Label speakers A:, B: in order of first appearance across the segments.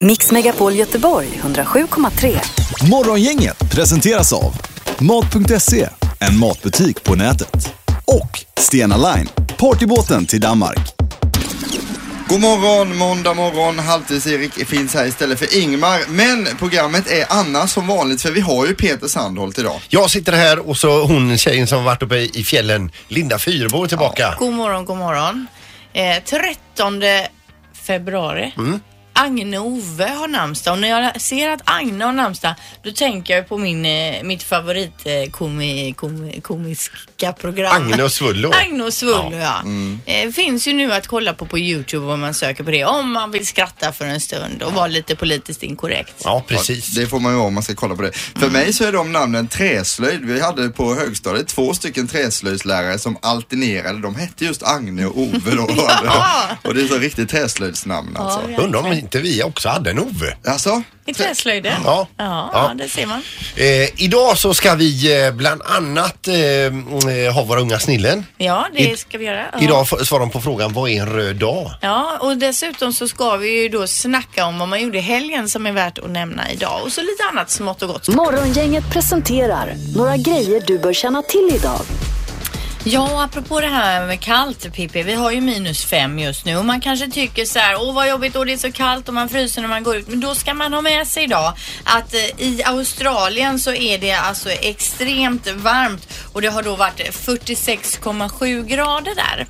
A: Mix Megapol Göteborg 107,3.
B: Morgongänget presenteras av Mat.se, en matbutik på nätet. Och Stena Line, partybåten till Danmark.
C: God morgon, måndag morgon. Halvtids-Erik finns här istället för Ingmar. Men programmet är annars som vanligt för vi har ju Peter Sandholt idag.
D: Jag sitter här och så hon tjejen som varit uppe i fjällen, Linda Fyrebo är tillbaka.
E: God morgon, god morgon. Eh, 13 februari.
D: Mm.
E: Agne och Ove har namnsdag och när jag ser att Agne har namnsdag då tänker jag på min, eh, mitt favorit eh, komi, komi, komiska program.
D: Agne och Svullo. Mm.
E: Agne och Svullo, ja. Eh, finns ju nu att kolla på på Youtube om man söker på det. Om man vill skratta för en stund och vara lite politiskt inkorrekt.
D: Ja, precis.
C: Det får man ju vara om man ska kolla på det. För mig så är de namnen träslöjd. Vi hade på högstadiet två stycken träslöjdslärare som alternerade. De hette just Agne och Ove då.
E: Ja.
C: Och det är så riktigt träslöjdsnamn alltså.
E: Ja,
D: Undrar om inte vi också hade en Ove.
C: Alltså?
E: I träslöjden?
D: Ja.
E: eh? Ja,
D: Ja.
E: ja, det ser man.
D: Eh, idag så ska vi eh, bland annat eh, mm, ha våra unga snillen.
E: Ja,
D: I-
E: det ska vi göra. Ja.
D: Idag f- svarar de på frågan vad är en röd dag?
E: Ja, och dessutom så ska vi ju då snacka om vad man gjorde i helgen som är värt att nämna idag och så lite annat smått och gott.
A: Morgongänget presenterar några grejer du bör känna till idag.
E: Ja, och apropå det här med kallt Pippi, vi har ju minus fem just nu och man kanske tycker så här, åh vad jobbigt och det är så kallt och man fryser när man går ut. Men då ska man ha med sig idag att eh, i Australien så är det alltså extremt varmt och det har då varit 46,7 grader där.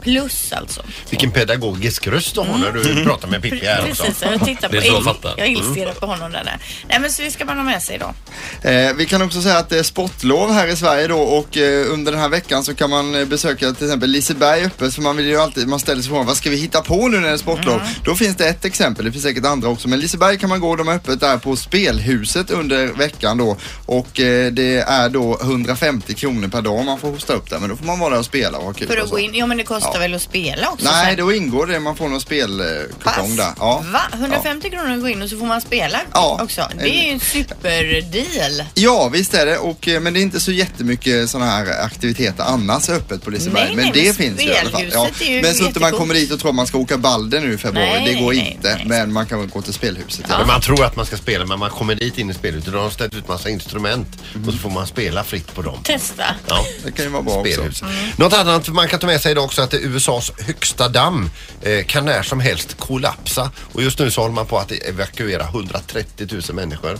E: Plus alltså.
D: Vilken pedagogisk röst du har när du pratar med Pippi här också.
E: Mm. Precis, jag tittar på
F: Det är så jag
E: Il-
F: fattar. Mm.
E: Jag illstirrar på honom där. nere. Nej men så det ska man ha med sig idag.
C: Eh, vi kan också säga att det är sportlov här i Sverige då och eh, under den här veckan så kan man eh, besöka till exempel Liseberg öppet för man vill ju alltid, man ställer sig frågan vad ska vi hitta på nu när det är sportlov?
E: Mm.
C: Då finns det ett exempel, det finns säkert andra också men Liseberg kan man gå, de är öppet där på Spelhuset under veckan då och eh, det är då 150 kronor per dag om man får hosta upp där men då får man vara där och spela och ha kul
E: För
C: och
E: att
C: så.
E: gå in, ja men det kostar
C: Alltså. Ja.
E: väl att spela också?
C: Nej,
E: sen?
C: då ingår det, man får någon
E: Pass.
C: spelkupong där. Ja.
E: Va? 150 kronor att gå in och så får man spela
C: Ja.
E: också. Det är ju en superdeal.
C: Ja, visst är det. Och, eh, men det är inte så jättemycket sådana här aktiviteter annars öppet på Liseberg.
E: Nej,
C: men
E: nej,
C: det
E: men
C: finns ju i alla fall.
E: spelhuset är ju
C: men så inte man
E: jättegott.
C: kommer dit och tror att man ska åka Balder nu i februari.
E: Nej,
C: det går
E: nej,
C: inte.
E: nej.
C: Men man kan gå till spelhuset.
D: Men man tror att man ska spela men man kommer dit in i spelet och då har de ställt ut massa instrument och så får man spela fritt på dem.
E: Testa.
D: Ja.
C: Det kan ju vara bra också.
D: Spelhus. Mm. Något annat man kan ta med sig idag också är att det är USAs högsta damm eh, kan när som helst kollapsa och just nu så håller man på att evakuera 130 000 människor.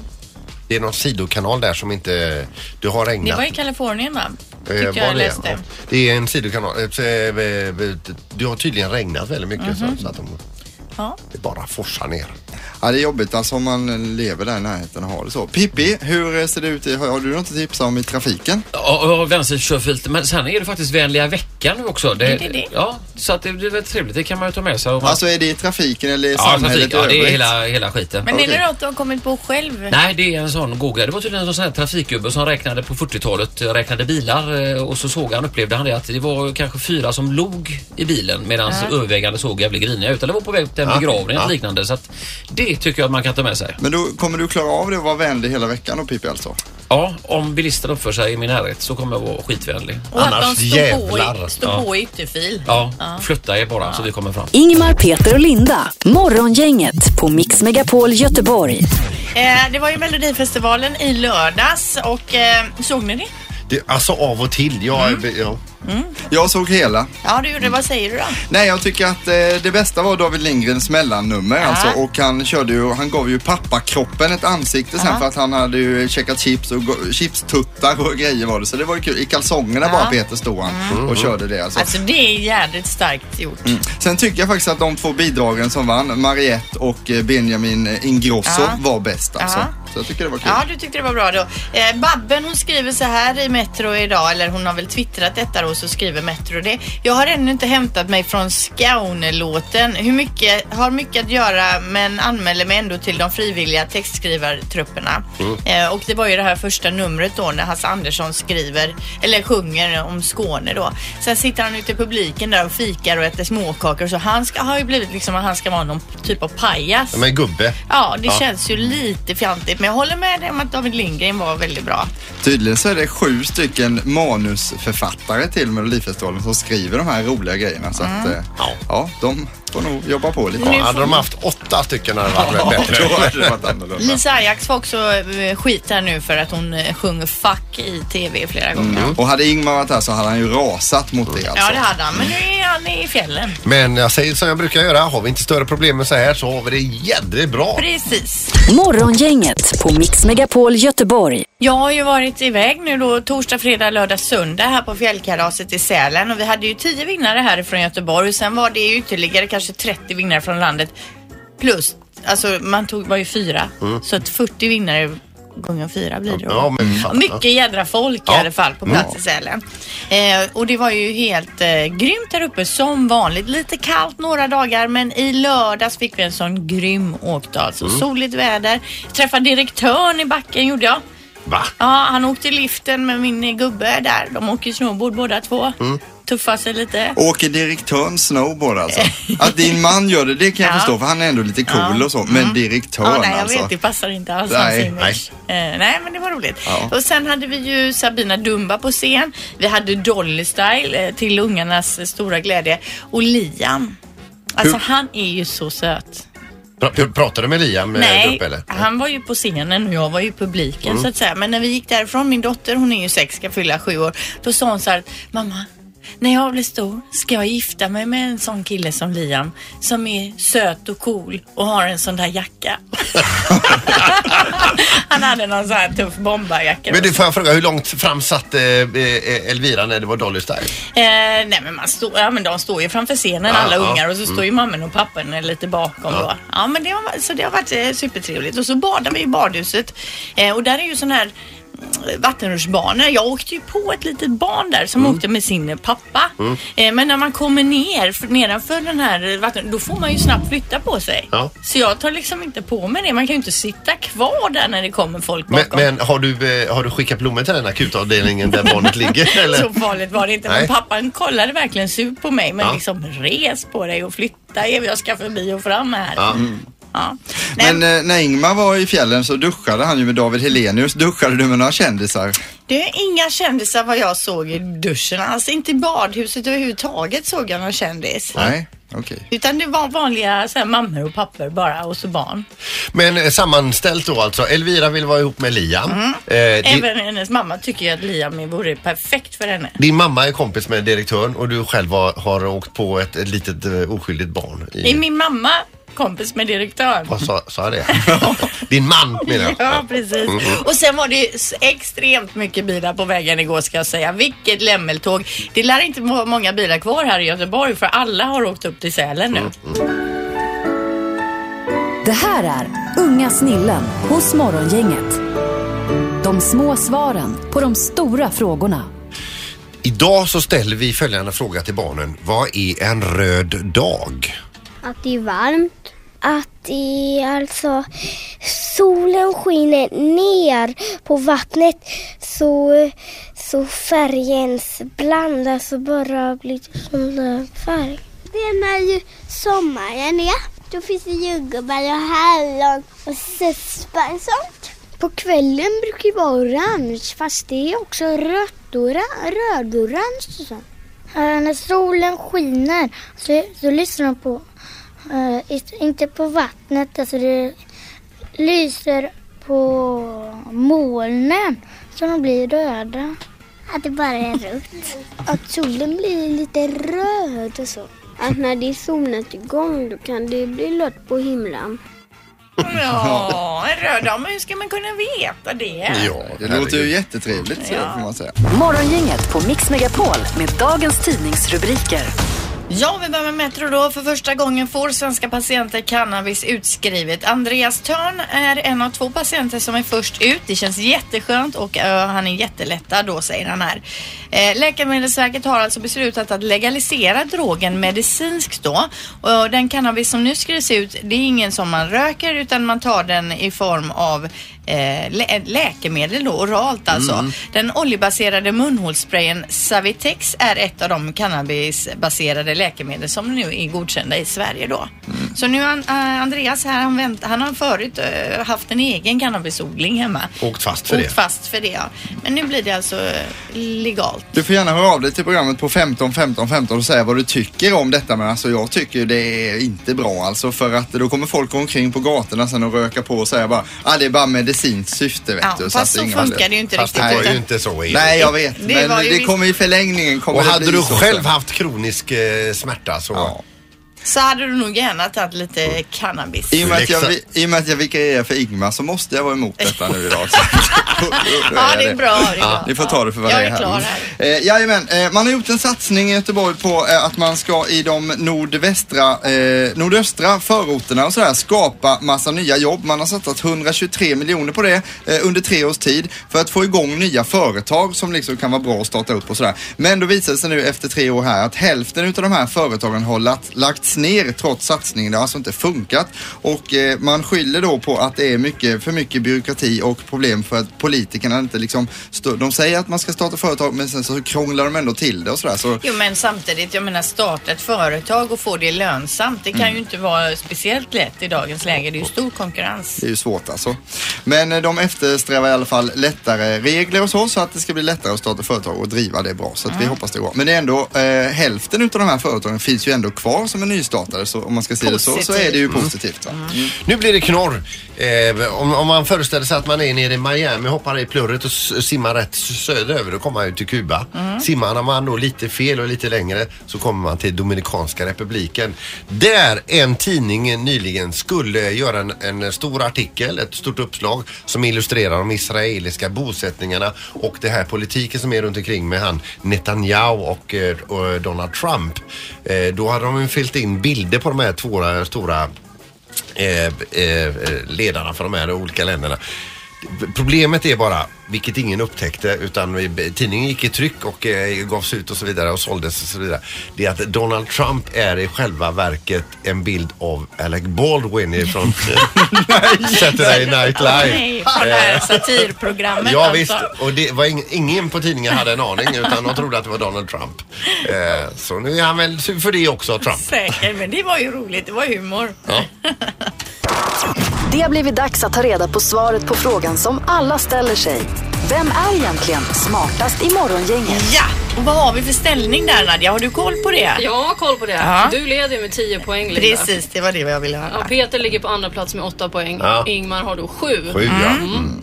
D: Det är någon sidokanal där som inte... Du har
E: Det
D: regnat.
E: var i Kalifornien va?
D: Eh,
E: Tyckte
D: var
E: jag
D: det?
E: läste.
D: Ja. Det är en sidokanal. Eh, eh, eh, Det har tydligen regnat väldigt mycket
E: Mhm.
D: så, så att de
E: Ja.
D: det bara forsar ner.
C: Ja, det är jobbigt alltså om man lever där i närheten och har det så. Pippi, hur ser det ut? i- Har, har du något att tipsa om i trafiken?
F: Ja, ja, vänsterkörfilt. Men sen är det faktiskt vänliga veckan nu också.
E: Är det det?
F: Ja, så att det blir väldigt trevligt. Det kan man ju ta med sig. Om man...
C: Alltså är det i trafiken eller i
F: ja,
C: samhället
F: ja, det
C: i
F: är
C: övrigt?
F: hela, hela skiten.
E: Men är
C: Okej.
E: det något du har kommit på själv?
F: Nej, det är en sån googlare. Det var tydligen en sån här trafikgubbe som räknade på 40-talet, eh, räknade bilar eh, och så såg han, upplevde han det att det var kanske fyra som log i bilen medan övervägande såg jävligt griniga ut. Eller var på väg till en
D: Ja,
F: begravning eller
D: ja.
F: liknande. Så att det tycker jag att man kan ta med sig.
C: Men då kommer du klara av det och vara vänlig hela veckan då Pippi alltså?
F: Ja, om bilister uppför sig i min närhet så kommer jag vara skitvänlig.
E: Och
D: Annars
E: att de står på,
D: jävlar.
E: i, står på i ytterfil.
F: Ja, flytta er bara så vi kommer fram.
A: Ingmar, Peter och Linda. Morgongänget på Mix Megapol Göteborg.
E: Eh, det var ju Melodifestivalen i lördags och eh, såg ni det?
D: Det, alltså av och till. Jag,
E: Mm.
D: ja.
C: Jag såg hela.
E: Ja, du gjorde det. Vad säger du då?
C: Nej, jag tycker att eh, det bästa var David Lindgrens mellannummer alltså. Och han körde ju, han gav ju pappakroppen ett ansikte sen för att han hade ju checkat chips och go- chipstuttar och grejer var det. Så det var ju kul. I kalsongerna bara Peter stod han
E: Mm.
C: och körde det alltså. Mm.
E: Alltså det är jädrigt starkt gjort.
C: Sen tycker jag faktiskt att de två bidragen som vann, Mariette och eh, Benjamin Ingrosso,
E: Ja.
C: var bäst alltså.
E: Ja.
C: Så jag tycker det var kul.
E: Ja, du tyckte det var bra då. Eh, Babben hon skriver så här i Metro idag, eller hon har väl twittrat detta då, så skriver Metro det. Jag har ännu inte hämtat mig från Skånelåten. Hur mycket, har mycket att göra men anmäler mig ändå till de frivilliga textskrivartrupperna.
C: Mm.
E: Eh, och det var ju det här första numret då när Hasse Andersson skriver, eller sjunger om Skåne då. Sen sitter han ute i publiken där och fikar och äter småkakor och så. Han ska, har ju blivit liksom, han ska vara någon typ av pajas.
D: De är gubbe.
E: Ja, det känns ju lite fjantigt men jag håller med dig om att David Lindgren var väldigt bra.
C: Tydligen så är det sju stycken manusförfattare till Melodifestivalen som skriver de här roliga grejerna. Så att, eh, ja. de får nog jobba på lite.
E: Mm. Nu
D: Ja, hade
E: får-
D: de haft åtta stycken hade det varit
C: Då
D: bättre.
C: hade det varit annorlunda.
E: Lisa Ajax får också eh, skit här nu för att hon eh, sjunger fuck i tv flera gånger.
C: Och hade Ingmar varit här så hade han ju rasat mot det alltså.
E: Ja, det hade han. Men nu är han i fjällen.
D: Men jag säger som jag brukar göra, har vi inte större problem med så här så har vi det jädrigt bra.
E: Precis.
A: Morgongänget på Mix Megapol Göteborg.
E: Jag har ju varit iväg nu då torsdag, fredag, lördag, söndag här på fjällkalaset i Sälen och vi hade ju 10 vinnare härifrån Göteborg. Sen var det ju ytterligare kanske 30 vinnare från landet. Plus, alltså man tog var ju fyra. Så att 40 vinnare gånger fyra blir det. då.
D: Ja, men fan.
E: Mycket jädra folk i
D: Ja. Mm.
E: alla fall på plats i Sälen. Eh, och det var ju helt eh, grymt där uppe som vanligt. Lite kallt några dagar men i lördags fick vi en sån grym åkdag. Alltså
D: Mm.
E: soligt väder. Träffade direktören i backen gjorde jag.
D: Va?
E: Ja, han åkte liften med min gubbe där. De åker snowboard båda två.
D: Mm.
E: Tuffar sig lite.
C: Åker direktören snowboard alltså? Att din man gör det, det kan jag
E: Ja.
C: förstå för han är ändå lite cool och så. Men direktören
E: Mm. Ja, nej, jag
C: alltså.
E: vet. Det passar inte alls
C: Nej,
E: hans image. Eh, nej, men det var roligt.
C: Ja.
E: Och sen hade vi ju Sabina Dumba på scen. Vi hade Dolly Style eh, till ungarnas eh, stora glädje. Och Liam. Alltså han är ju så söt.
D: Pr- pr- Pratar du med Liam eh, där
E: Nej,
D: uppe eller? Mm.
E: han var ju på scenen och jag var ju i publiken så att säga. Men när vi gick därifrån, min dotter hon är ju sex, ska fylla sju år. Då sa hon så här, mamma, när jag blir stor ska jag gifta mig med en sån kille som Liam som är söt och cool och har en sån där jacka. han hade någon sån här tuff bombarjacka.
D: Men du, får jag fråga, hur långt fram satt eh, eh, Elvira när det var Dolly Style?
E: Eh, nej men, man står, ja, men de står ju framför scenen
D: Ja,
E: alla
D: ja. Mm.
E: ungar och så står ju mamman och pappan lite bakom då. Ja men det har, så det har varit eh, supertrevligt och så badar vi i badhuset eh, och där är ju sån här mm, vattenrutschbanor. Jag åkte ju på ett litet barn där som
D: Mm.
E: åkte med sin eh, pappa. Eh, men när man kommer ner för, nedanför den här eh, vatten, då får man ju snabbt flytta på sig.
D: Ja.
E: Så jag tar liksom inte på mig det. Man kan ju inte sitta kvar där när det kommer folk
D: Men,
E: bakom.
D: men har, du, eh, har du skickat blommor till den akutavdelningen där barnet ligger?
E: Så
D: Eller?
E: farligt var det inte. Men
D: Nej.
E: pappan kollade verkligen sur på mig. Men
D: Ja.
E: liksom res på dig och flytta er. Jag ska förbi och fram här. Ja. Nej,
C: Men eh, när Ingmar var i fjällen så duschade han ju med David Helenius. Duschade du med några kändisar?
E: det är inga kändisar vad jag såg i duschen. Alltså inte i badhuset överhuvudtaget såg jag någon kändis.
C: Nej, okej.
E: Utan det var vanliga så här, mammor och pappor bara och så barn.
D: Men eh, sammanställt då alltså, Elvira vill vara ihop med Liam. Eh, din,
E: Mm. Även hennes mamma tycker ju att Liam vore perfekt för henne.
D: din mamma är kompis med direktören och du själv har, har åkt på ett, ett litet eh, oskyldigt barn.
E: Det är
D: I,
E: min mamma kompis med direktören.
D: vad sa, sa jag det? din man menar jag.
E: Ja, Mm, precis. Och sen var det ju s- extremt mycket bilar på vägen igår ska jag säga. Vilket lämmeltåg. Det lär inte vara många bilar kvar här i Göteborg för alla har åkt upp till Sälen nu.
A: Det här är Unga snillen hos Morgongänget. De små svaren på de stora frågorna.
D: Idag så ställer vi följande fråga till barnen. Vad är en röd dag?
G: Att det är varmt. Att det är alltså solen skiner ner på vattnet så, så färgens blandas och bara blir som en färg. Det är när ju sommaren är. Då finns det jordgubbar och hallon och sespa och sånt. På kvällen brukar det vara orange fast det är också rött och rödorange och sånt. Eh, när solen skiner så, så lyssnar de på, eh, is- inte på vattnet, alltså det lyser på molnen så de blir röda. Att det bara är rött. Att solen blir lite röd och så. Att när det är solnedgång då kan det bli rött på himlen.
E: Ja, en röd dag. Men hur ska man kunna veta det?
C: Det
D: herregud.
C: låter ju jättetrevligt så får man säga.
A: Morgongänget på Mix Megapol med dagens tidningsrubriker.
E: Ja, vi börjar med Metro då. För första gången får svenska patienter cannabis utskrivet. Andreas Törn är en av två patienter som är först ut. Det känns jätteskönt och eh, han är jättelättad då, säger han här. Eh, Läkemedelsverket har alltså beslutat att legalisera drogen medicinskt då. Och den cannabis som nu skrivs ut, det är ingen som man röker utan man tar den i form av eh, lä läkemedel då, oralt alltså.
D: Mm.
E: Den oljebaserade munhålssprayen Savitex är ett av de cannabisbaserade läkemedel som nu är godkända i Sverige då.
D: Mm.
E: Så nu an, eh, Andreas här, han, vänt, han har förut eh, haft en egen cannabisodling hemma.
D: Åkt fast för det.
E: Åkt fast för det, ja. Men nu blir det alltså eh, legalt.
C: Du får gärna höra av dig till programmet på 15 15 15 och säga vad du tycker om detta. Men alltså jag tycker ju det är inte bra alltså för att då kommer folk gå omkring på gatorna sen och röka på och säga bara ah, det är bara medicinskt syfte vet
E: Ja,
C: du.
E: fast
C: att
E: så
C: ingen har
E: funkar det ju inte
D: Fast
E: riktigt.
D: det var
E: utan-
D: ju inte så Erik.
C: Nej jag vet
E: Det var
C: men
E: ju
C: det
E: visst-
C: kommer i förlängningen kommer
D: Och
C: det
D: hade
C: bli
D: du
C: så
D: själv
C: sen.
D: haft kronisk eh, smärta så...
C: Ja.
E: Så hade du nog gärna tagit lite cannabis.
C: I och, med att jag,
D: Läxa.
C: I och med att jag vikarierar för Ingmar så måste jag vara emot detta nu idag. Så-
E: Ja, det är bra. Det är bra.
C: Ni får ta det för vad
E: Jag
C: det
E: är
C: är
E: klar
C: här.
E: här.
C: Eh, jajamän, eh, man har gjort en satsning i Göteborg på eh, att man ska i de nordvästra, eh, nordöstra förorterna och sådär skapa massa nya jobb. Man har satsat 123 miljoner på det eh, under tre års tid för att få igång nya företag som liksom kan vara bra att starta upp och sådär. Men då visar det sig nu efter tre år här att hälften av de här företagen har lagt, lagts ner trots satsningen. Det har alltså inte funkat och eh, man skyller då på att det är mycket, för mycket byråkrati och problem för att politikerna inte liksom, stå, de säger att man ska starta företag men sen så krånglar de ändå till det och sådär. Så,
E: Jo men samtidigt, jag menar starta ett företag och få det lönsamt. Det kan
C: Mm.
E: ju inte vara speciellt lätt i dagens läge. Det är ju stor konkurrens.
C: det är ju svårt alltså. Men eh, de eftersträvar i alla fall lättare regler och så, så att det ska bli lättare att starta företag och driva det bra. Så att vi hoppas det går. Men det är ändå, eh, hälften av de här företagen finns ju ändå kvar som är nystartade. Så om man ska se det så, så är det ju positivt. Va? Mm.
D: Nu blir det knorr. Eh, om, om man föreställer sig att man är nere i Miami, hoppar i plurret och s- simmar rätt söderöver, då kommer man ju till Kuba. Simmar man då lite fel och lite längre så kommer man till Dominikanska republiken. Där en tidning nyligen skulle göra en, en stor artikel, ett stort uppslag som illustrerar de israeliska bosättningarna och det här politiken som är runt omkring med han Netanyahu och, eh, och Donald Trump. Eh, då hade de ju fyllt in bilder på de här två stora eh, eh, ledarna för de här olika länderna. Problemet är bara, vilket ingen upptäckte utan vi- tidningen gick i tryck och eh, gavs ut och så vidare och såldes och så vidare. Det är att Donald Trump är i själva verket en bild av Alec Baldwin från Saturday Night Live. Eh,
E: Nej,
C: Eh,
E: från det här satirprogrammet
D: Ja visst,
E: alltså.
D: och det var ing- ingen på tidningen hade en aning utan de trodde att det var Donald Trump. Eh, så nu är han väl sur för det också, Trump.
E: Säkert, men det var ju roligt. Det var humor.
D: Ja.
A: Det har blivit dags att ta reda på svaret på frågan som alla ställer sig. Vem är egentligen smartast i morgongänget?
E: Ja, och vad har vi för ställning där Nadja? Har du koll på det?
H: Jag har koll på det.
E: Ja.
H: Du leder ju med 10 poäng Linda.
E: Precis, det var det jag ville
H: Ja,
E: höra.
H: Peter ligger på andra plats med 8 poäng.
D: Ja.
H: Ingmar har då 7.
D: Sju, ja.
E: Mm.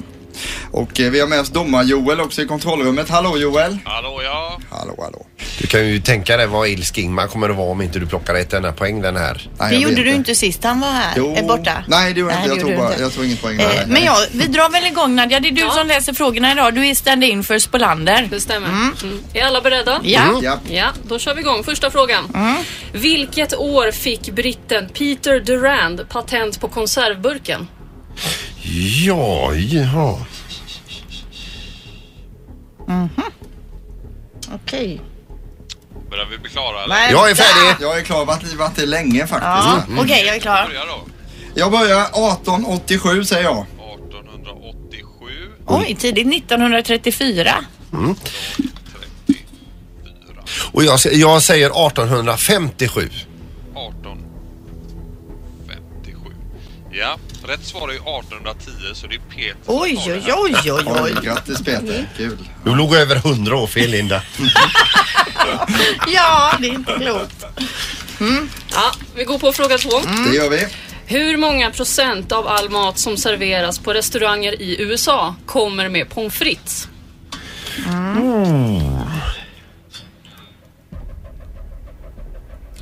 C: Och eh, vi har med oss domar-Joel också i kontrollrummet. Hallå Joel!
I: Hallå ja.
C: Hallå, hallå.
D: Du kan ju tänka dig vad ilsk Ingmar kommer att vara om inte du plockar ett enda poäng den här.
C: Nej,
E: Det
C: jag
E: gjorde
C: vet
E: du inte sist han var här.
C: Jo.
E: Är borta.
C: Nej, det gjorde jag inte. Jag
E: det
C: tog
E: gjorde
C: bara-
E: du
C: jag tog inget poäng
E: Eh,
C: där, nej.
E: Men jag, vi drar väl igång Nadja. Det är du
H: Ja.
E: som läser frågorna idag. Du är stand-in för Spolander.
H: Det stämmer. Mm. Är alla beredda?
E: Ja.
C: Mm. Ja.
H: Ja, då kör vi igång. Första frågan.
E: Mm.
H: Vilket år fick britten Peter Durand patent på konservburken?
D: Ja, ja.
E: Okej.
I: Börjar vi bli klara eller?
E: Vänta.
D: Jag är färdig.
C: Jag är Mm. klar, varit, varit det länge faktiskt.
E: Ja, okej jag är
J: Mm.
E: klar.
I: Börja då.
C: Jag börjar 1887 säger jag.
I: 1887.
E: Oj, tidigt 1934.
D: Och jag, jag säger 1857.
I: 1857. Ja, rätt svar är ju 1810 så det är Peter som
E: Oj,
I: tar det
E: oj,
I: här.
E: oj, oj,
C: Oj,
E: oj. Mm.
C: grattis Peter. Kul.
D: Du låg över 100 år fel Linda.
E: Ja, det är inte klokt.
H: Ja, vi går på fråga två.
C: Det gör vi.
H: Hur många procent av all mat som serveras på restauranger i USA kommer med pommes frites?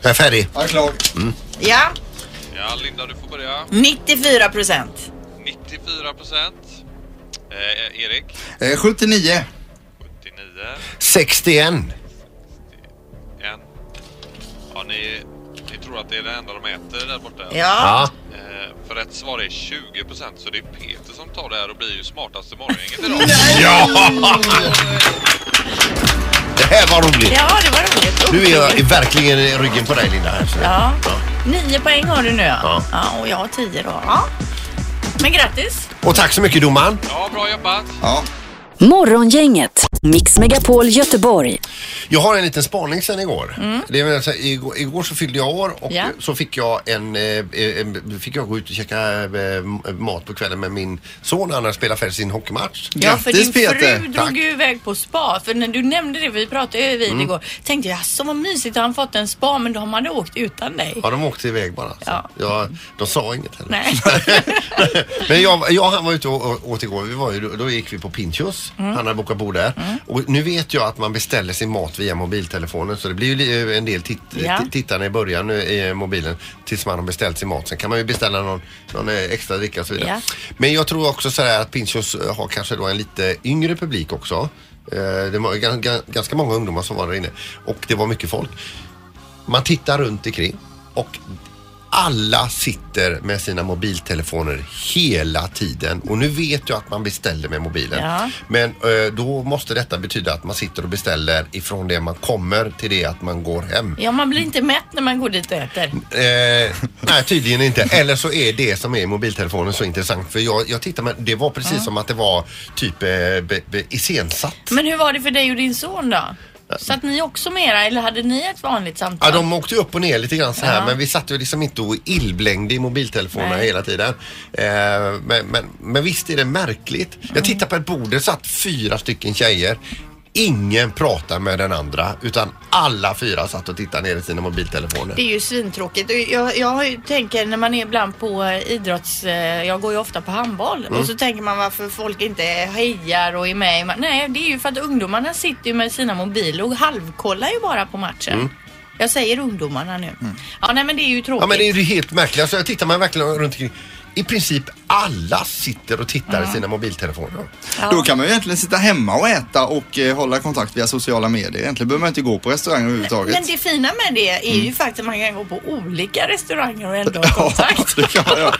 D: Jag är färdig.
C: Jag är klar.
E: Ja,
I: Ja, Linda du får börja.
E: 94 procent.
I: 94 procent. Eh, Erik.
C: Eh, 79.
I: 79.
D: 61.
I: En. Ja, ni, ni tror att det är det enda de äter där borta? eller?
D: Ja.
E: Ja.
I: Eh, för rätt svar är 20 procent så det är Peter som tar det här och blir ju smartaste morgongänget idag.
D: ja. Det här var roligt.
E: Ja, det var roligt.
D: Nu är jag verkligen i ryggen på dig Linda. här, så-
E: Ja. Nio poäng har du nu. Ja,
D: Ja.
E: ja och jag har tio då. Ja. Men grattis.
D: Och tack så mycket domaren.
I: Ja, bra jobbat!
C: Ja.
A: Morgongänget Mix Megapol Göteborg.
D: Jag har en liten spaning sen igår. Det vill säga, igår, igår så fyllde jag år och
E: Mm. Ja.
D: så fick jag en, eh, en, fick jag gå ut och käka eh, mat på kvällen med min son. Han hade spelat färdigt sin hockeymatch.
E: Ja, för
C: Grattis,
E: din
C: Peter.
E: fru drog
D: Tack.
E: ju iväg på spa. För när du nämnde det, vi pratade ju vid igår, tänkte jag så vad mysigt, har han fått en spa men de hade åkt utan dig.
D: Ja, de åkte iväg bara. Så.
E: Ja.
D: Jag, de sa inget heller.
E: Nej.
D: Men jag, jag och han var ute och, och åt igår. Vi var ju, då gick vi på Pinchos.
E: Mm.
D: Han hade bokat bord där. Och nu vet jag att man beställer sin mat via mobiltelefonen så det blir ju li- eh, en del titt,
E: Ja.
D: t- tittarna i början nu i eh, mobilen tills man har beställt sin mat. Sen kan man ju beställa någon, någon eh, extra dricka och så vidare.
E: Ja.
D: Men jag tror också så här att Pinchos eh, har kanske då en lite yngre publik också. Eh, Det var gan- gan- ganska många ungdomar som var där inne och det var mycket folk. Man tittar runt omkring och alla sitter med sina mobiltelefoner hela tiden och nu vet jag att man beställer med mobilen.
E: Ja.
D: Men eh, då måste detta betyda att man sitter och beställer ifrån det man kommer till det att man går hem.
E: Ja, man blir inte mätt när man går dit och äter.
D: Eh, nej, tydligen inte. Eller så är det som är i mobiltelefonen så intressant. För jag, jag tittar men det var precis som att det var typ eh, be, be, iscensatt.
E: Men hur var det för dig och din son då? Satt ni också med era eller hade ni ett vanligt
D: Ja,
E: samtal?
D: de åkte ju upp och ner lite grann så här
E: Ja.
D: men vi satt ju liksom inte och illblängde i mobiltelefonerna
E: Nej.
D: hela tiden. Eh, men, men, men visst är det märkligt.
E: Mm.
D: Jag tittar på ett bord, det satt fyra stycken tjejer. Ingen pratar med den andra utan alla fyra satt och tittade ner i sina mobiltelefoner.
E: Det är ju svintråkigt. Och Jag, jag har ju- tänker när man är ibland på eh, idrotts... eh, Jag går ju ofta på handboll
D: Mm.
E: och så tänker man varför folk inte hejar och är med. i ma- Nej, det är ju för att ungdomarna sitter ju med sina mobiler och halvkollar ju bara på matchen. Jag säger ungdomarna nu. Ja, nej men det är ju tråkigt.
D: Mm. Ja men det är ju helt märkligt. Alltså, jag tittar man verkligen runt omkring. I princip alla sitter och tittar i sina mobiltelefoner.
C: Då kan man ju egentligen sitta hemma och äta och eh, hålla kontakt via sociala medier. Egentligen behöver man inte gå på restaurang överhuvudtaget.
E: Men det fina med det är
D: Mm.
E: ju faktiskt att man kan gå på olika restauranger och ändå ha
C: Ja,
E: kontakt.
C: det kan man göra.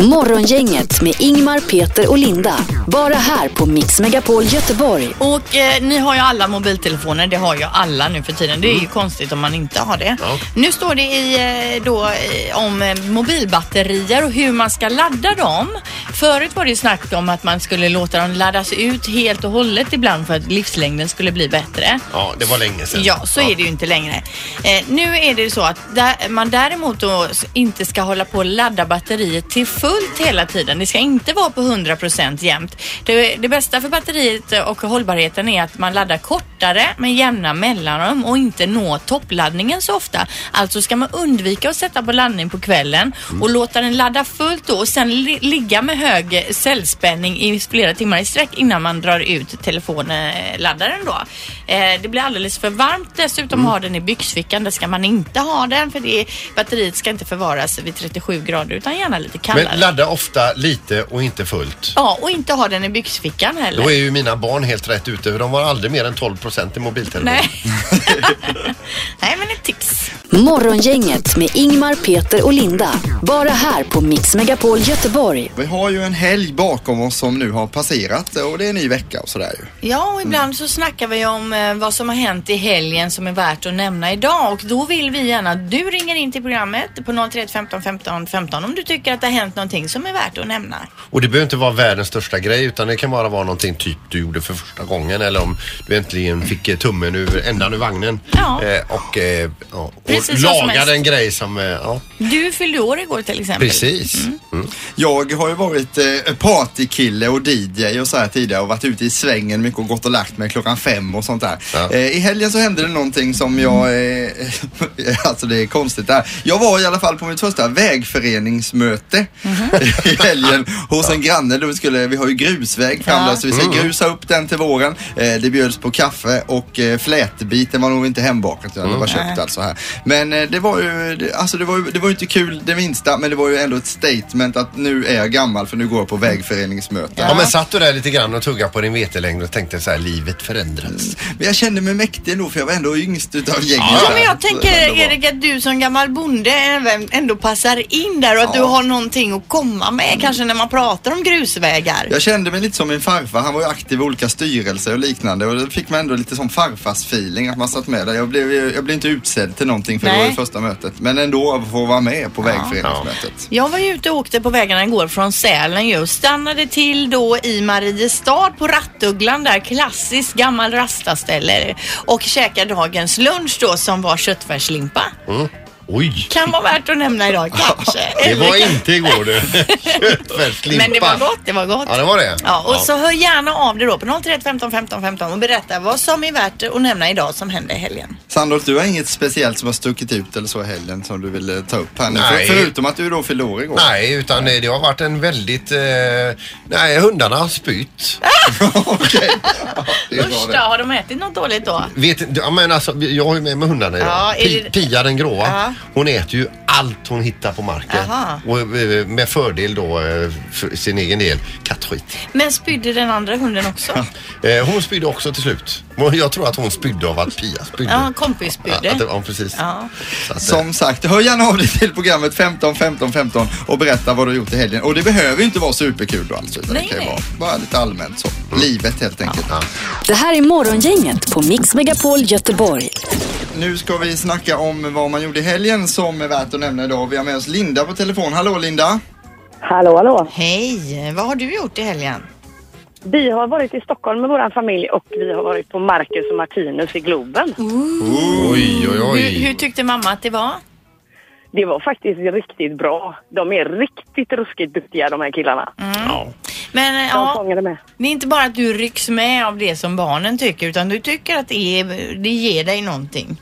A: Morgongänget med Ingmar, Peter och Linda. Bara här på Mix Megapol Göteborg.
E: Och eh, ni har ju alla mobiltelefoner, det har ju alla nu för tiden. Det är ju konstigt om man inte har det.
D: Ja.
E: Nu står det i, eh, då, eh, om eh, mobilbatterier och hur man ska ladda dem. Förut var det ju snack om att man skulle låta dem laddas ut helt och hållet ibland för att livslängden skulle bli bättre.
D: Ja, det var länge sedan.
E: Ja, så är det ju inte längre. Eh, nu är det så att där, man däremot då s- inte ska hålla på och ladda batteriet till fullt hela tiden. Det ska inte vara på 100% jämt. Det, det bästa för batteriet och hållbarheten är att man laddar kortare med jämna mellanrum och inte nå toppladdningen så ofta. Alltså ska man undvika att sätta på laddning på kvällen
D: Mm.
E: och låta den ladda fullt då och sen li- ligga med hög cellspänning i flera timmar i sträck innan man drar ut telefonladdaren då. Eh, det blir alldeles för varmt dessutom
D: Mm.
E: att ha den i byxfickan. Där ska man inte ha den för det, batteriet ska inte förvaras vid 37 grader utan gärna lite kallare.
D: Men ladda ofta lite och inte fullt.
E: ja, och inte ha den i byxfickan heller.
D: Då är ju mina barn helt rätt ute för de har aldrig mer än 12 procent i mobiltelefonen.
E: Nej. Nej, men ett tips.
A: Morgongänget med Ingmar, Peter och Linda. Bara här på Mix Megapol Göteborg.
C: Vi har ju en helg bakom oss som nu har passerat och det är en ny vecka och sådär ju.
E: Ja, och ibland så snackar vi om eh, vad som har hänt i helgen som är värt att nämna idag och då vill vi gärna att du ringer in till programmet på 031 15 15 15 om du tycker att det har hänt någonting som är värt att nämna.
D: Och det behöver inte vara världens största grej utan det kan bara vara någonting typ du gjorde för första gången eller om du äntligen fick eh, tummen ur ändan ur vagnen.
E: Ja.
D: Eh, och eh, ja, och
E: Precis vad som helst.
D: lagade en grej som, eh, ja
E: Du fyllde år igår till exempel.
D: precis. Mm.
C: Jag har ju varit eh, partykille och DJ och så här tidigare och varit ute i svängen mycket och gått och lagt mig klockan fem och sånt där.
D: Ja.
C: Eh, I helgen så hände det någonting som jag, eh, alltså det är konstigt där. Jag var i alla fall på mitt första vägföreningsmöte
E: Mhm.
C: i helgen hos en granne. Då vi, skulle, vi har ju grusväg fram
E: Ja. Mm.
C: där så vi ska grusa upp den till våren. Eh, det bjöds på kaffe och eh, flätbiten var nog inte hembakat utan
E: Mm.
C: det var köpt alltså här. Men eh, det var ju, det- alltså det var ju, det var ju inte kul det minsta men det var ju ändå ett statement att nu är jag gammal för nu går jag på vägföreningsmöte.
D: Ja. men satt du där lite grann och tuggade på din vetelängd och tänkte så här, livet förändras.
C: Men jag kände mig mäktig ändå för jag var ändå yngst utav gänget.
E: Ja,
C: där.
E: men jag
C: Så
E: tänker
C: det var-
E: Erik att du som gammal bonde även ändå passar in där och att
C: Ja.
E: du har någonting att komma med kanske när man pratar om grusvägar.
C: Jag kände mig lite som min farfar. Han var ju aktiv i olika styrelser och liknande och det fick man ändå lite som farfars-feeling att man satt med där. Jag blev, ju- jag blev inte utsedd till någonting för det
E: Nej.
C: var ju första mötet. Men ändå att få vara med på vägföreningsmötet.
E: Jag var ju ute och åkte på vägarna igår från Sälen just. Stannade till då i Mariestad på Rattugglan där, klassiskt gammal rastaställe. Och käkade dagens lunch då som var köttfärslimpa.
D: Mm. Oj!
E: Kan vara värt att nämna idag kanske.
D: Det
E: Eller
D: var inte igår du. Köttfärslimpa.
E: Men det var gott, det var gott.
D: Ja, det var det.
E: Ja, och
D: Ja.
E: så hör gärna av dig då på 031 15 15 15 och berätta vad som är värt att nämna idag som hände i helgen.
C: Sandor, du har inget speciellt som har stuckit ut eller så i helgen som du vill eh, ta upp här nu? För,
D: Nej.
C: förutom att du då fyllde år igår.
D: Nej, utan det, det har varit en väldigt... Eh, nej, hundarna har spytt.
C: Okej. Ja, det är bra
E: Usch då,
C: det.
E: har de ätit något dåligt då?
D: Vet, inte- ja, men alltså, jag har ju med mig hundarna idag.
E: Ja, är
D: Pi-
E: det-
D: Pia den gråa,
E: Ja.
D: hon äter ju allt hon hittar på marken.
E: Jaha.
D: Och, eh, med fördel då eh, för sin egen del, kattskit.
E: Men spydde den andra hunden också?
D: Eh, hon spydde också till slut. Och Jag tror att hon spydde av att Pia spydde.
E: Ja, kompis spydde.
D: Att det- Ja, precis.
E: Ja.
D: Så att, eh,
C: Som sagt, hör gärna av dig till programmet 15 15 15 och berätta vad du har gjort i helgen. Och det behöver ju inte vara superkul då alltså. Utan
E: Nej,
C: det kan ju
E: nej.
C: vara bara lite allmänt så. Livet helt enkelt.
A: Det här är Morgongänget på Mix Megapol Göteborg.
C: Nu ska vi snacka om vad man gjorde i helgen som är värt att nämna idag. Vi har med oss Linda på telefon. Hallå Linda!
J: Hallå, hallå.
E: Hej, vad har du gjort i helgen?
J: Vi har varit i Stockholm med vår familj och vi har varit på Marcus och Martinus i Globen.
D: eh, Oj, oj, oj.
E: Hur, hur tyckte mamma att det var?
J: Det var faktiskt riktigt bra. De är riktigt ruskigt duktiga de här killarna.
E: Men eh,
J: De
E: ja,
J: fångade med.
E: det är inte bara att du rycks med av det som barnen tycker utan du tycker att det, är, det ger dig någonting.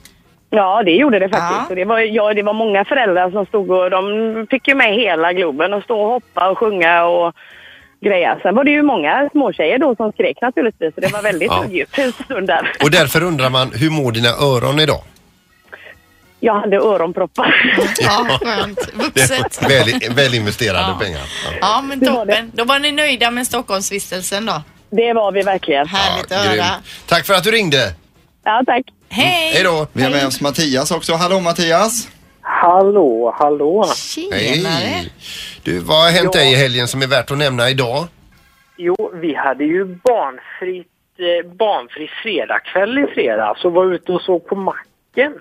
J: Ja, det gjorde det
E: Ja.
J: faktiskt. Och Det, var, ja, det var många föräldrar som stod och de fick ju med hela Globen och stå och hoppa och sjunga och greja. Sen var det ju många småtjejer då som skrek naturligtvis. Så det var väldigt
D: Ja.
J: högljutt en stund där.
D: Och därför undrar man, hur mår dina öron idag?
J: Jag hade öronproppar.
E: Ja, skönt. Vuxet.
D: Väl, väl investerade
E: Ja.
D: pengar. Ja.
E: Ja, men
J: Det var det.
E: toppen. Då var ni nöjda med Stockholmsvistelsen då.
J: Det var vi verkligen.
E: Härligt
D: Ja,
E: att höra.
D: grymt. Tack för att du ringde.
J: Ja, tack.
E: Hej!
D: Hej då.
C: Vi har med oss Mattias också. Hallå Mattias!
J: Hallå, hallå.
E: Tjenare!
D: Du, vad har hänt
J: Ja.
D: dig i helgen som är värt att nämna idag?
J: Jo, vi hade ju barnfritt, eh, barnfri fredagkväll i fredags och var ute och såg på macken.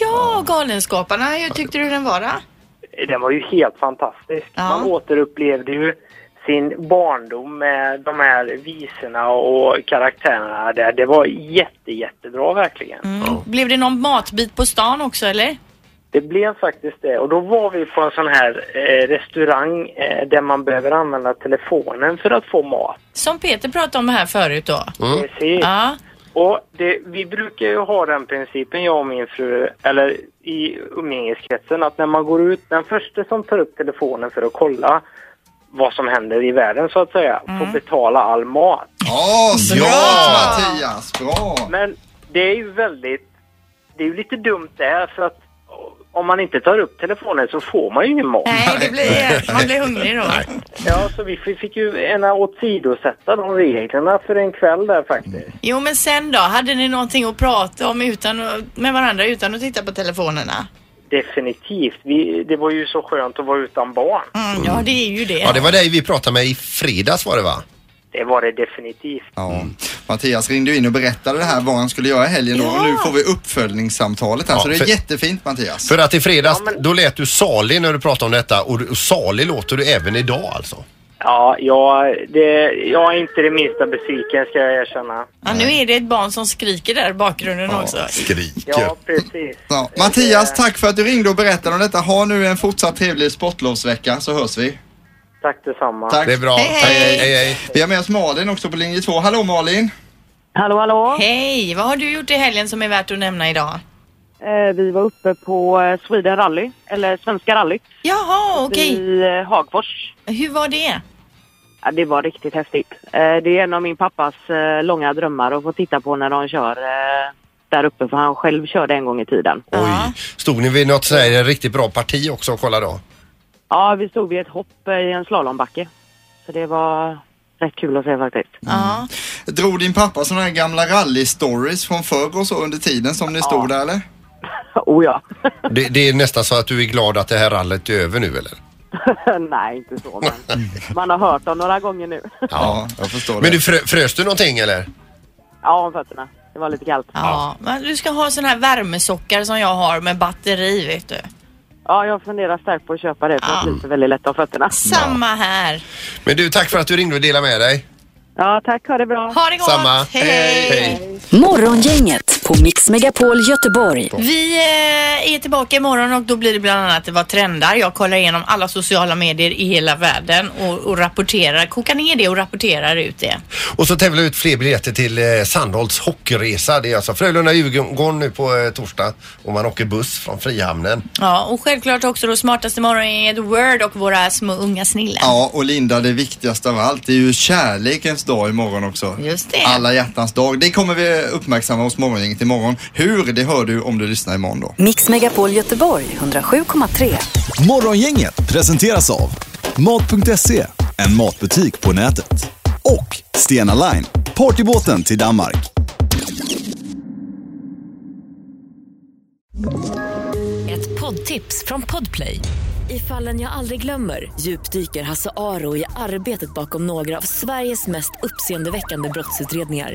E: Ja, Galenskaparna, hur tyckte du den var då?
J: Den var ju helt fantastisk.
E: Ja.
J: Man återupplevde ju sin barndom med de här visorna och karaktärerna där. Det var jätte, jättebra verkligen.
E: Mm. Blev det någon matbit på stan också eller?
J: Det blev faktiskt det. Och då var vi på en sån här eh, restaurang eh, där man behöver använda telefonen för att få mat.
E: Som Peter pratade om här förut då.
J: Precis.
E: Ja.
J: Och det, vi brukar ju ha den principen, jag och min fru, eller i umgängeskretsen, att när man går ut, den första som tar upp telefonen för att kolla vad som händer i världen så att säga,
E: Mm.
J: får betala all mat.
C: Ja,
D: Ja.
C: smart Mattias! Bra!
J: Men det är ju väldigt, det är ju lite dumt det här för att om man inte tar upp telefonen så får man ju ingen mat.
E: Nej, det blir, man blir hungrig då.
J: Ja, så vi fick fick ju ena åsidosätta de reglerna för en kväll där faktiskt.
E: Jo men sen då, hade ni någonting att prata om utan att, med varandra utan att titta på telefonerna?
J: Definitivt. Vi, det var ju så skönt att vara utan barn.
E: Mm, ja det är ju det.
D: Ja, det var dig vi pratade med i fredags var det va?
J: Det var det definitivt.
C: Ja. Mattias ringde ju in och berättade det här vad han skulle göra i helgen då, och nu får vi uppföljningssamtalet här.
D: Ja,
C: så det är
D: för-
C: jättefint Mattias.
D: För att i fredags, då lät du salig när du pratade om detta och, du- och salig låter du även idag alltså.
J: Ja, jag, det, jag är inte det minsta besviken ska jag erkänna.
E: Ja, nu är det ett barn som skriker där i bakgrunden också.
D: Skriker.
J: Ja, precis. Eh,
C: Ja. Mattias, tack för att du ringde och berättade om detta. Ha nu en fortsatt trevlig sportlovsvecka så hörs vi.
J: Tack detsamma.
C: Tack.
D: Det är bra.
E: Hej, hej.
C: Vi har med oss Malin också på linje 2. Hallå Malin!
K: Hallå, hallå.
E: Hej, vad har du gjort i helgen som är värt att nämna idag?
K: Eh, vi var uppe på eh, Sweden Rally, eller Svenska rallyt,
E: Jaha, okej.
D: Mm.
K: i eh, Hagfors.
E: Hur var det?
K: Ja, det var riktigt häftigt. Eh, det är en av min pappas eh, långa drömmar att få titta på när de kör eh, där uppe, för han själv körde en gång i tiden.
D: Oj. Mm. Stod ni vid något sådär riktigt bra parti också och kollade då?
K: Ja, vi stod vid ett hopp eh, i en slalombacke. Så det var rätt kul att se faktiskt.
E: Ja.
C: Drog din pappa sådana här gamla rally-stories från förr och så under tiden som ni stod där eller?
K: oh ja.
D: Det, det är nästan så att du är glad att det här rallet är över nu eller?
K: Nej, inte så, men man har hört dem några gånger nu.
C: Ja, jag förstår det.
D: Men du frö, frös du någonting eller?
K: ja, om fötterna.
J: Det var lite kallt.
E: Ja, men du ska ha sådana här värmesockar som jag har med batteri vet du.
J: Ja, jag funderar starkt på att köpa det för att det är väldigt lätt om fötterna.
E: Samma här.
D: Men du, tack för att du ringde och delade med dig.
J: Ja, tack. Ha det bra.
E: Ha det gott.
D: Samma.
E: Hej.
L: Morgongänget på Mix Megapol Göteborg.
E: Vi eh, är tillbaka imorgon och då blir det bland annat vad trendar. Jag kollar igenom alla sociala medier i hela världen och, och rapporterar, kokar ner det och rapporterar ut det.
D: Och så tävlar vi ut fler biljetter till eh, Sandholts hockeyresa. Det är alltså Frölunda-Djurgården nu på eh, torsdag och man åker buss från Frihamnen.
E: Ja, och självklart också då smartaste morgon är ett Word och våra små unga snillen.
C: Ja, och Linda, det viktigaste av allt, det är ju kärlekens dag imorgon också.
E: Just det.
C: Alla hjärtans dag. Det kommer vi uppmärksamma hos Morgongänget imorgon. Hur, det hör du om du lyssnar imorgon då.
L: Mix Megapol Göteborg 107,3.
B: Morgongänget presenteras av Mat.se, en matbutik på nätet. Och Stena Line, partybåten till Danmark.
A: Ett poddtips från Podplay. I fallen jag aldrig glömmer djupdyker Hasse Aro i arbetet bakom några av Sveriges mest uppseendeväckande brottsutredningar.